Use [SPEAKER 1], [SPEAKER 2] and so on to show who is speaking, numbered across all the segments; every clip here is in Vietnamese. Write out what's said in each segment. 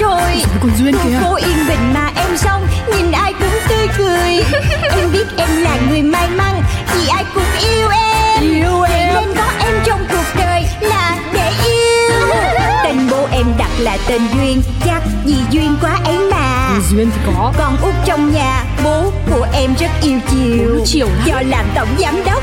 [SPEAKER 1] còn duyên à? kìa
[SPEAKER 2] cô yên bình mà em xong nhìn ai cũng tươi cười em biết em là người may mắn vì ai cũng yêu em
[SPEAKER 1] Yêu
[SPEAKER 2] Vậy
[SPEAKER 1] em.
[SPEAKER 2] nên có em trong cuộc đời là để yêu tên bố em đặt là tên duyên chắc vì duyên quá ấy mà
[SPEAKER 1] Còn duyên thì có
[SPEAKER 2] con út trong nhà bố của em rất yêu chiều
[SPEAKER 1] Bố chiều lắm.
[SPEAKER 2] do làm tổng giám đốc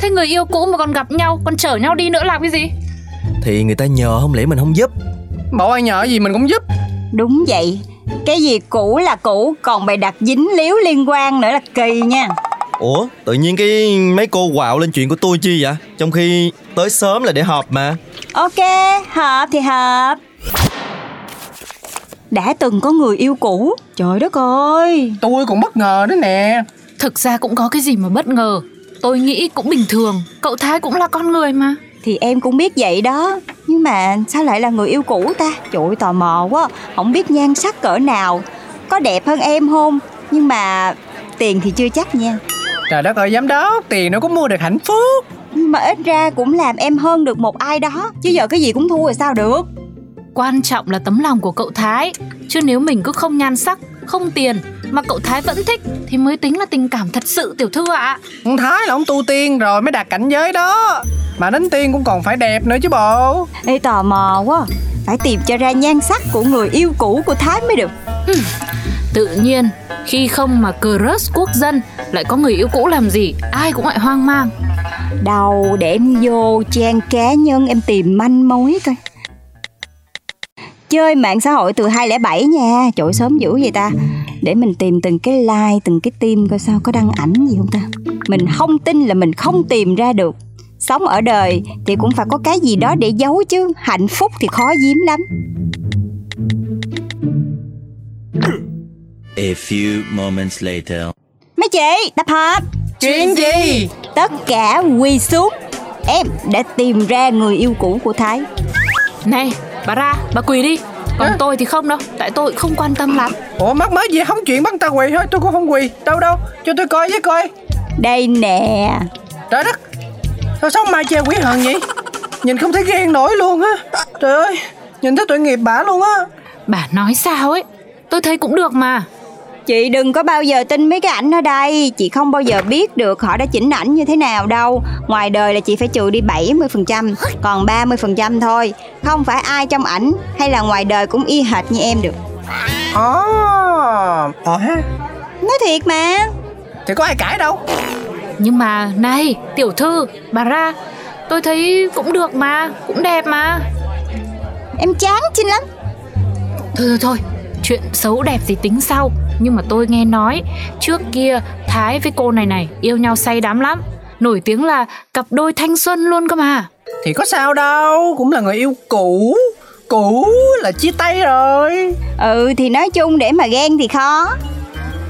[SPEAKER 3] thế người yêu cũ mà còn gặp nhau, còn chở nhau đi nữa làm cái gì?
[SPEAKER 4] Thì người ta nhờ không lẽ mình không giúp
[SPEAKER 5] Bộ ai nhờ gì mình cũng giúp.
[SPEAKER 2] Đúng vậy Cái gì cũ là cũ Còn bài đặt dính líu liên quan nữa là kỳ nha
[SPEAKER 4] Ủa tự nhiên cái mấy cô quạo lên chuyện của tôi chi vậy Trong khi tới sớm là để họp mà
[SPEAKER 2] Ok hợp thì hợp Đã từng có người yêu cũ Trời đất ơi
[SPEAKER 5] Tôi cũng bất ngờ đó nè.
[SPEAKER 3] Thực ra cũng có cái gì mà bất ngờ. Tôi nghĩ cũng bình thường, cậu Thái cũng là con người mà.
[SPEAKER 2] Thì em cũng biết vậy đó Nhưng mà sao lại là người yêu cũ ta Trời ơi, tò mò quá Không biết nhan sắc cỡ nào Có đẹp hơn em không Nhưng mà tiền thì chưa chắc nha
[SPEAKER 5] Trời đất ơi giám đốc, tiền nó cũng mua được hạnh phúc.
[SPEAKER 2] Nhưng mà ít ra cũng làm em hơn được một ai đó Chứ giờ cái gì cũng thua rồi sao được
[SPEAKER 3] Quan trọng là tấm lòng của cậu Thái. Chứ nếu mình cứ không nhan sắc, không tiền mà cậu Thái vẫn thích thì mới tính là tình cảm thật sự tiểu thư ạ.
[SPEAKER 5] Ông Thái là ông tu tiên rồi mới đạt cảnh giới đó Mà đến tiên cũng còn phải đẹp nữa chứ bộ
[SPEAKER 2] Ê tò mò quá Phải tìm cho ra nhan sắc của người yêu cũ của Thái mới được
[SPEAKER 3] Tự nhiên, khi không mà crush quốc dân lại có người yêu cũ làm gì, ai cũng lại hoang mang.
[SPEAKER 2] Đầu để em vô trang cá nhân em tìm manh mối coi Chơi mạng xã hội từ 207 nha Trời ơi, sớm dữ vậy ta Để mình tìm từng cái like, từng cái tim coi sao có đăng ảnh gì không ta Mình không tin là mình không tìm ra được Sống ở đời thì cũng phải có cái gì đó để giấu chứ Hạnh phúc thì khó giếm lắm
[SPEAKER 6] A few moments later.
[SPEAKER 2] Mấy chị, tập hợp
[SPEAKER 5] Chuyện gì?
[SPEAKER 2] Tất cả quỳ xuống Em đã tìm ra người yêu cũ của Thái
[SPEAKER 3] Này, bà ra, bà quỳ đi. Còn tôi thì không đâu, tại tôi không quan tâm lắm.
[SPEAKER 5] Ủa mắc mới gì không chuyện bắt ta quỳ thôi tôi cũng không quỳ Đâu đâu cho tôi coi với coi
[SPEAKER 2] Đây nè
[SPEAKER 5] Trời đất Sao sống mai che quỷ hận vậy Nhìn không thấy ghen nổi luôn á Trời ơi Nhìn thấy tội nghiệp bả luôn á
[SPEAKER 3] Bà nói sao ấy Tôi thấy cũng được mà
[SPEAKER 2] Chị đừng có bao giờ tin mấy cái ảnh ở đây Chị không bao giờ biết được họ đã chỉnh ảnh như thế nào đâu Ngoài đời là chị phải trừ đi 70% Còn 30% thôi Không phải ai trong ảnh hay là ngoài đời cũng y hệt như em được
[SPEAKER 5] Ồ Ờ ha
[SPEAKER 2] Nói thiệt mà
[SPEAKER 5] Thì có ai cãi đâu
[SPEAKER 3] Nhưng mà này tiểu thư Bà ra Tôi thấy cũng được mà Cũng đẹp mà
[SPEAKER 2] Em chán chinh lắm
[SPEAKER 3] Thôi thôi thôi Chuyện xấu đẹp gì tính sau Nhưng mà tôi nghe nói Trước kia Thái với cô này này Yêu nhau say đắm lắm Nổi tiếng là cặp đôi thanh xuân luôn cơ mà
[SPEAKER 5] Thì có sao đâu Cũng là người yêu cũ Cũ là chia tay rồi
[SPEAKER 2] Ừ thì nói chung để mà ghen thì khó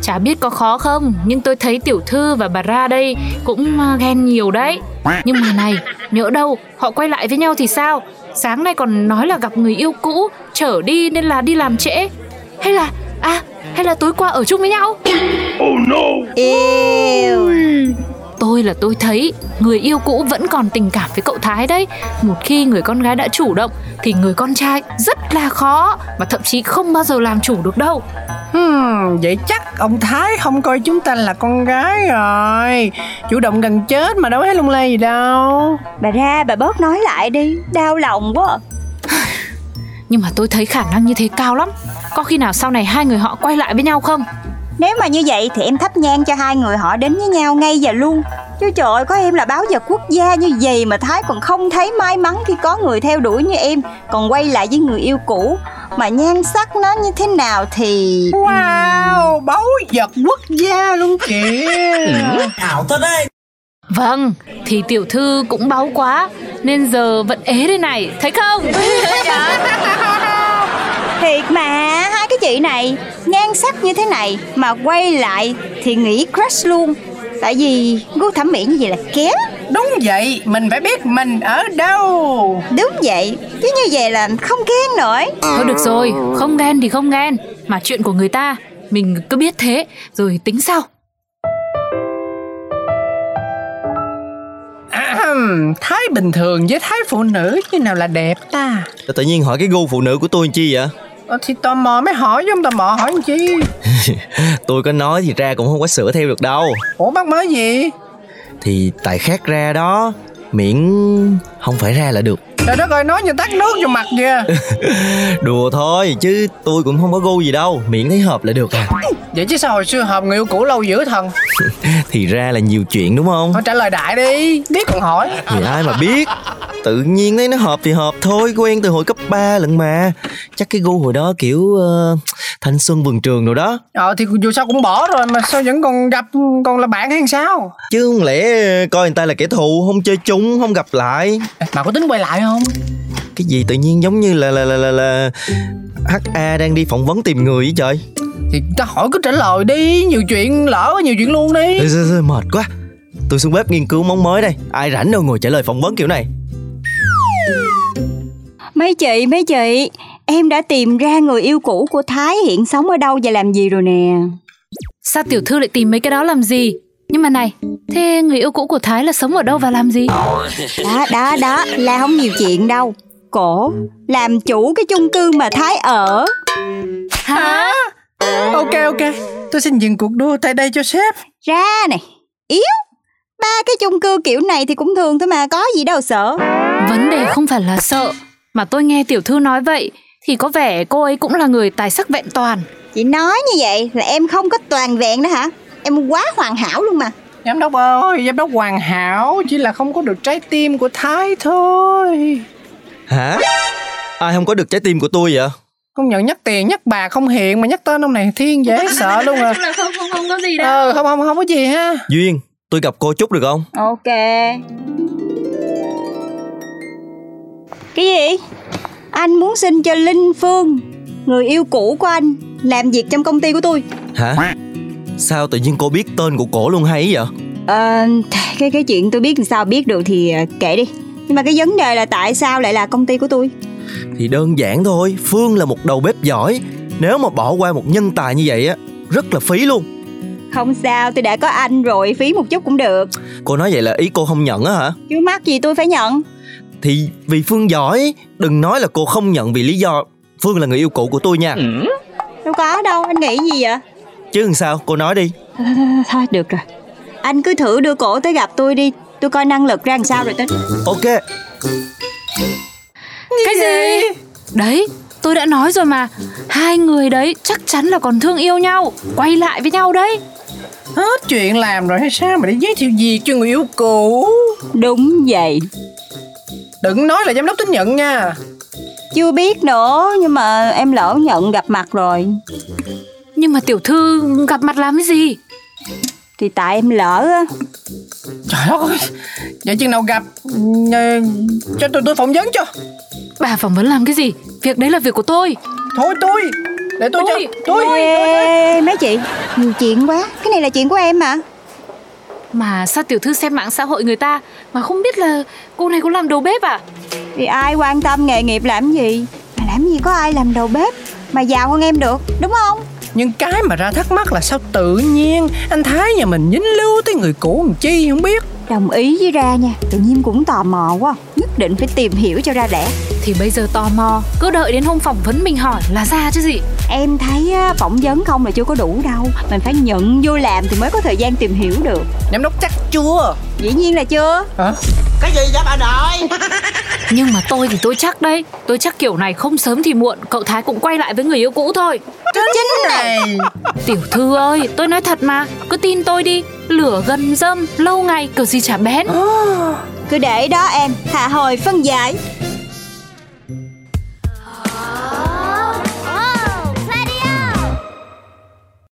[SPEAKER 3] Chả biết có khó không, nhưng tôi thấy tiểu thư và bà ra đây cũng à, ghen nhiều đấy. Nhưng mà này, nhỡ đâu họ quay lại với nhau thì sao? Sáng nay còn nói là gặp người yêu cũ, trở đi nên là đi làm trễ. Hay là à, hay là tối qua ở chung với nhau?
[SPEAKER 2] Yêu
[SPEAKER 3] Tôi là tôi thấy người yêu cũ vẫn còn tình cảm với cậu Thái đấy. Một khi người con gái đã chủ động thì người con trai rất là khó và thậm chí không bao giờ làm chủ được đâu.
[SPEAKER 5] Hmm, vậy chắc ông Thái không coi chúng ta là con gái rồi Chủ động gần chết mà đâu thấy lung lay gì đâu
[SPEAKER 2] Bà ra bà bớt nói lại đi Đau lòng quá
[SPEAKER 3] Nhưng mà tôi thấy khả năng như thế cao lắm. Có khi nào sau này hai người họ quay lại với nhau không?
[SPEAKER 2] Nếu mà như vậy thì em thắp nhang cho hai người họ đến với nhau ngay giờ luôn Chứ trời ơi, có em là báo vật quốc gia như vậy mà Thái còn không thấy may mắn khi có người theo đuổi như em Còn quay lại với người yêu cũ Mà nhan sắc nó như thế nào thì...
[SPEAKER 5] Wow, báu vật quốc gia luôn kìa
[SPEAKER 3] Vâng, thì tiểu thư cũng báu quá nên giờ vẫn ế đây này, thấy không?
[SPEAKER 2] Thiệt mà, hai cái chị này Nhan sắc như thế này mà quay lại thì nghĩ crush luôn Tại vì gu thẩm mỹ như vậy là kém
[SPEAKER 5] Đúng vậy, mình phải biết mình ở đâu
[SPEAKER 2] Đúng vậy, chứ như vậy là không ghen nổi
[SPEAKER 3] Thôi được rồi, không ghen thì không ghen, mà chuyện của người ta mình cứ biết thế rồi tính sau.
[SPEAKER 5] Ahem, Thái bình thường với Thái phụ nữ như nào là đẹp ta
[SPEAKER 4] Sao tự nhiên hỏi cái gu phụ nữ của tôi làm chi vậy
[SPEAKER 5] Ờ, Thì tò mò mới hỏi chứ không tò mò hỏi làm chi
[SPEAKER 4] Tôi có nói thì ra cũng không có sửa theo được đâu
[SPEAKER 5] Ủa bác mới gì
[SPEAKER 4] Thì tại khác ra đó Miễn không phải ra là được
[SPEAKER 5] Trời đất ơi nói như tắt nước vô mặt kìa
[SPEAKER 4] Đùa thôi chứ tôi cũng không có gu gì đâu Miễn thấy hợp là được à
[SPEAKER 5] Vậy chứ sao hồi xưa hợp người yêu cũ lâu dữ thần
[SPEAKER 4] Thì ra là nhiều chuyện đúng không
[SPEAKER 5] Thôi trả lời đại đi Biết còn hỏi
[SPEAKER 4] Thì ai mà biết Tự nhiên thấy nó hợp thì hợp thôi Quen từ hồi cấp 3 lận mà Chắc cái gu hồi đó kiểu ờ, Thanh xuân vườn trường rồi đó
[SPEAKER 5] Ờ thì dù sao cũng bỏ rồi mà sao vẫn còn gặp Còn là bạn hay sao
[SPEAKER 4] Chứ không lẽ coi người ta là kẻ thù Không chơi chung, không gặp lại
[SPEAKER 5] Bà có tính quay lại không
[SPEAKER 4] Cái gì tự nhiên giống như là là là là, là... HA đang đi phỏng vấn tìm người vậy trời
[SPEAKER 5] Thì ta hỏi cứ trả lời đi Nhiều chuyện lỡ nhiều chuyện luôn đi
[SPEAKER 4] Ê, ê, ê, Mệt quá Tôi xuống bếp nghiên cứu món mới đây Ai rảnh đâu ngồi trả lời phỏng vấn kiểu này
[SPEAKER 2] Mấy chị, mấy chị, em đã tìm ra người yêu cũ của Thái hiện sống ở đâu và làm gì rồi nè.
[SPEAKER 3] Sao tiểu thư lại tìm mấy cái đó làm gì? Nhưng mà này, thế người yêu cũ của Thái là sống ở đâu và làm gì?
[SPEAKER 2] Đó, đó, đó, là không nhiều chuyện đâu. Cổ, làm chủ cái chung cư mà Thái ở.
[SPEAKER 3] Hả?
[SPEAKER 5] Ok ok Tôi xin dừng cuộc đua tại đây cho sếp
[SPEAKER 2] Ra này, yếu. Ba cái chung cư kiểu này thì cũng thường thôi mà, có gì đâu sợ.
[SPEAKER 3] Vấn đề không phải là sợ, mà tôi nghe tiểu thư nói vậy thì có vẻ cô ấy cũng là người tài sắc vẹn toàn.
[SPEAKER 2] Chị nói như vậy là em không có toàn vẹn đó hả? Em quá hoàn hảo luôn mà.
[SPEAKER 5] Giám đốc ơi Giám đốc hoàn hảo Chỉ là không có được trái tim của Thái thôi
[SPEAKER 4] Hả Ai không có được trái tim của tôi vậy
[SPEAKER 5] Không nhận nhắc tiền nhắc bà không hiện Mà nhắc tên ông này thiên dễ sợ luôn à
[SPEAKER 3] Không không không có gì
[SPEAKER 5] Ờ không không không có gì ha
[SPEAKER 4] Duyên tôi gặp cô chút được không
[SPEAKER 2] Ok. Cái gì? Anh muốn xin cho Linh Phương, người yêu cũ của anh, làm việc trong công ty của tôi.
[SPEAKER 4] Hả Sao tự nhiên cô biết tên của cổ luôn hay vậy
[SPEAKER 2] Ờ, cái cái chuyện tôi biết làm sao biết được thì ờ, kể đi. Nhưng mà cái vấn đề là tại sao lại là công ty của tôi?
[SPEAKER 4] Thì đơn giản thôi Phương là một đầu bếp giỏi Nếu mà bỏ qua một nhân tài như vậy á Rất là phí luôn
[SPEAKER 2] Không sao, tôi đã có anh rồi, phí một chút cũng được.
[SPEAKER 4] Cô nói vậy là ý cô không nhận á hả
[SPEAKER 2] Chứ mắc gì tôi phải nhận.
[SPEAKER 4] Thì vì Phương giỏi Đừng nói là cô không nhận vì lý do Phương là người yêu cũ của tôi nha
[SPEAKER 2] Đâu có đâu, anh nghĩ gì vậy?
[SPEAKER 4] Chứ làm sao cô nói đi
[SPEAKER 2] Ờ, Thôi được rồi. Anh cứ thử đưa cổ tới gặp tôi đi, tôi coi năng lực ra làm sao rồi tính.
[SPEAKER 4] Ok
[SPEAKER 3] Cái gì? Đấy, tôi đã nói rồi mà. Hai người đấy chắc chắn là còn thương yêu nhau, quay lại với nhau đấy.
[SPEAKER 5] Hết chuyện làm rồi hay sao Mà để giới thiệu gì cho người yêu cũ
[SPEAKER 2] Đúng vậy.
[SPEAKER 5] Đừng nói là giám đốc tính nhận nha
[SPEAKER 2] Chưa biết nữa, nhưng mà em lỡ nhận gặp mặt rồi.
[SPEAKER 3] Nhưng mà tiểu thư gặp mặt làm cái gì?
[SPEAKER 2] Thì tại em lỡ á.
[SPEAKER 5] Trời đất ơi Vậy chừng nào gặp ừ, Cho tụi tôi phỏng vấn cho
[SPEAKER 3] Bà phỏng vấn làm cái gì? Việc đấy là việc của tôi.
[SPEAKER 5] Thôi tôi để tôi
[SPEAKER 3] Tôi,
[SPEAKER 5] cho tôi
[SPEAKER 2] Ê, mấy chị Nhiều chuyện quá Cái này là chuyện của em mà
[SPEAKER 3] Mà sao tiểu thư xem mạng xã hội người ta Mà không biết là cô này có làm đầu bếp à
[SPEAKER 2] Thì ai quan tâm nghề nghiệp làm gì Mà làm gì có ai làm đầu bếp Mà giàu hơn em được Đúng không
[SPEAKER 5] nhưng cái mà ra thắc mắc là sao tự nhiên anh thái nhà mình dính lưu tới người cũ làm chi không biết
[SPEAKER 2] Đồng ý với ra nha Tự nhiên cũng tò mò quá Nhất định phải tìm hiểu cho ra đẻ
[SPEAKER 3] Thì bây giờ tò mò Cứ đợi đến hôm phỏng vấn mình hỏi là ra chứ gì
[SPEAKER 2] Em thấy á, phỏng vấn không là chưa có đủ đâu Mình phải nhận vô làm thì mới có thời gian tìm hiểu được
[SPEAKER 5] giám đốc chắc chưa
[SPEAKER 2] Dĩ nhiên là chưa
[SPEAKER 5] hả
[SPEAKER 3] Nhưng mà tôi thì tôi chắc đấy Tôi chắc kiểu này không sớm thì muộn Cậu Thái cũng quay lại với người yêu cũ thôi
[SPEAKER 5] chính này
[SPEAKER 3] Tiểu thư ơi tôi nói thật mà Cứ tin tôi đi Lửa gần dâm lâu ngày kiểu gì chả bén
[SPEAKER 2] Cứ để đó em Hạ hồi phân giải